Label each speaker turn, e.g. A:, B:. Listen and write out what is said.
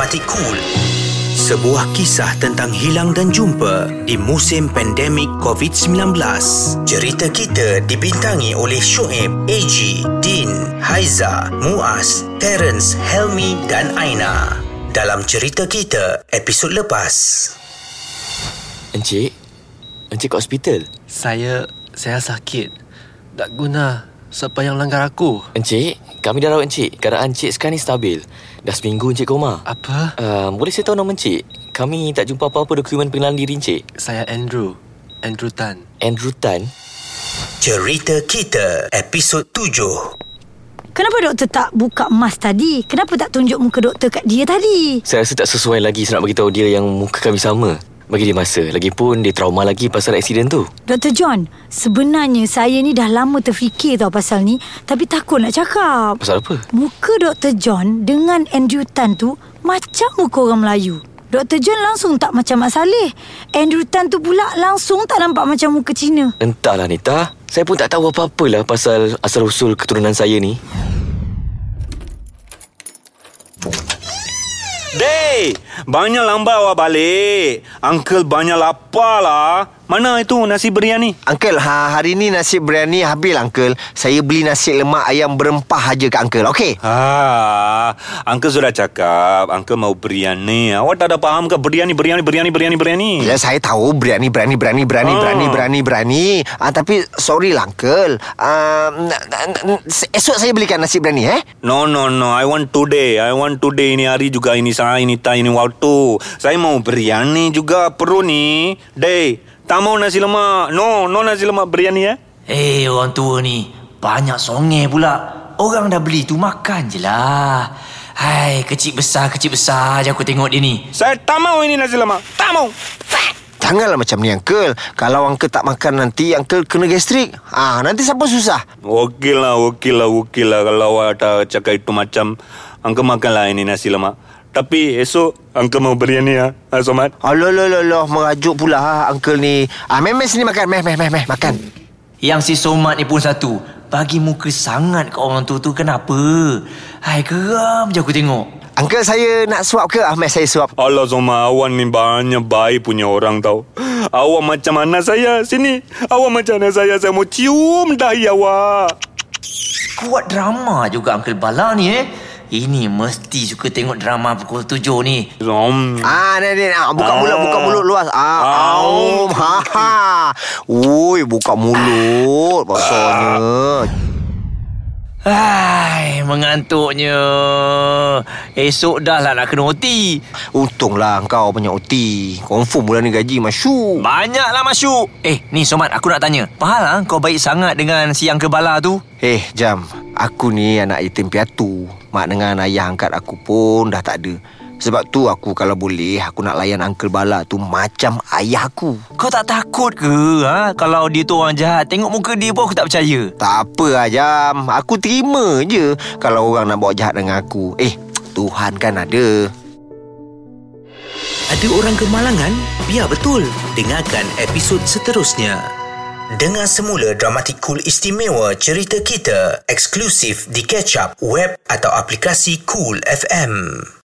A: Hati Cool. Sebuah kisah tentang hilang dan jumpa di musim pandemik COVID-19. Cerita kita dibintangi oleh Shoaib, AG, Din, Haiza, Muaz, Terence, Helmi dan Aina. Dalam cerita kita, episod lepas.
B: Encik? Encik kat hospital?
C: Saya saya sakit. Tak guna siapa yang langgar aku.
B: Encik, kami dah rawat encik. Keadaan encik sekarang ni stabil. Dah seminggu encik koma.
C: Apa?
B: Uh, boleh saya tahu nama encik? Kami tak jumpa apa-apa dokumen pengenalan diri encik.
C: Saya Andrew. Andrew Tan.
B: Andrew Tan?
A: Cerita kita, episod tujuh.
D: Kenapa doktor tak buka mask tadi? Kenapa tak tunjuk muka doktor kat dia tadi?
B: Saya rasa tak sesuai lagi saya nak beritahu dia yang muka kami sama. Bagi dia masa. Lagipun dia trauma lagi pasal aksiden tu.
D: Dr. John, sebenarnya saya ni dah lama terfikir tau pasal ni tapi takut nak cakap.
B: Pasal apa?
D: Muka Dr. John dengan Andrew Tan tu macam muka orang Melayu. Dr. John langsung tak macam Mak Saleh. Andrew Tan tu pula langsung tak nampak macam muka Cina.
B: Entahlah Nita. Saya pun tak tahu apa-apalah pasal asal-usul keturunan saya ni.
E: Dey, banyak lambat awak balik. Uncle banyak lapar lah. Mana itu nasi biryani?
F: Uncle, ha, hari ni nasi biryani habis lah, Uncle. Saya beli nasi lemak ayam berempah aja kat Uncle, okey?
E: Ah, Uncle sudah cakap Uncle mau biryani Awak tak ada faham ke biryani, biryani, biryani, biryani, biryani
F: Ya, saya tahu biryani, biryani, biryani, biryani,
E: Hmm. Ah.
F: biryani, biryani, biryani. Ah, tapi sorry lah, Uncle. Ah, na- na- na- esok saya belikan nasi biryani, eh?
E: No, no, no I want today I want today Ini hari juga Ini saya, ini tak, ini waktu Saya mau biryani juga Perlu ni Dey, tak mau nasi lemak No, no nasi lemak biryani eh
G: Eh hey, orang tua ni Banyak songe pula Orang dah beli tu makan je lah Hai kecil besar kecil besar je aku tengok dia ni
E: Saya tak mau ini nasi lemak Tak mau
F: Janganlah macam ni, Uncle. Kalau Uncle tak makan nanti, Uncle kena gastrik. Ah, nanti siapa susah?
E: Okey lah, okey lah, okey lah Kalau awak tak cakap itu macam Angka makanlah ini nasi lemak Tapi esok Angka mau biryani ya ha, Somat
F: Alah, alah, alah, alah, merajuk pula ah, Uncle ni. Ah, meh, meh sini makan. Meh, meh, meh, meh, makan.
G: Yang si Somat ni pun satu Bagi muka sangat ke orang tua tu kenapa Hai geram je aku tengok
F: Uncle, saya nak suap ke? Ah, meh, saya suap.
E: Allah Somat, awak ni banyak baik punya orang tau Awak macam anak saya, sini Awak macam anak saya, saya mau cium dahi awak
G: Kuat drama juga Uncle Bala ni eh ini mesti suka tengok drama pukul tujuh ni
E: Om.
F: Ah, ni ni. Ah, buka
E: Ah.
F: mulut, buka mulut luas.
E: Ah.
F: Ah, aum. Ha ha. Ui, buka
E: Ah.
F: mulut maksudnya.
G: Hai, mengantuknya. Esok dah lah nak kena OT.
F: Untunglah kau punya OT. Confirm bulan ni gaji masuk.
G: Banyaklah masuk. Eh, ni Somat, aku nak tanya. Fahal ah kau baik sangat dengan si Yang Kebala tu?
F: Eh, jam. Aku ni anak yatim piatu. Mak dengan ayah angkat aku pun dah tak ada. Sebab tu aku kalau boleh aku nak layan Uncle Bala tu macam ayah aku.
G: Kau tak takut ke ha? Kalau dia tu orang jahat Tengok muka dia pun aku tak percaya
F: Tak apa lah Jam Aku terima je Kalau orang nak buat jahat dengan aku Eh Tuhan kan ada
A: Ada orang kemalangan? Ya betul. Dengarkan episod seterusnya. Dengar semula Dramatik Cool istimewa cerita kita eksklusif di Catch Up web atau aplikasi Cool FM.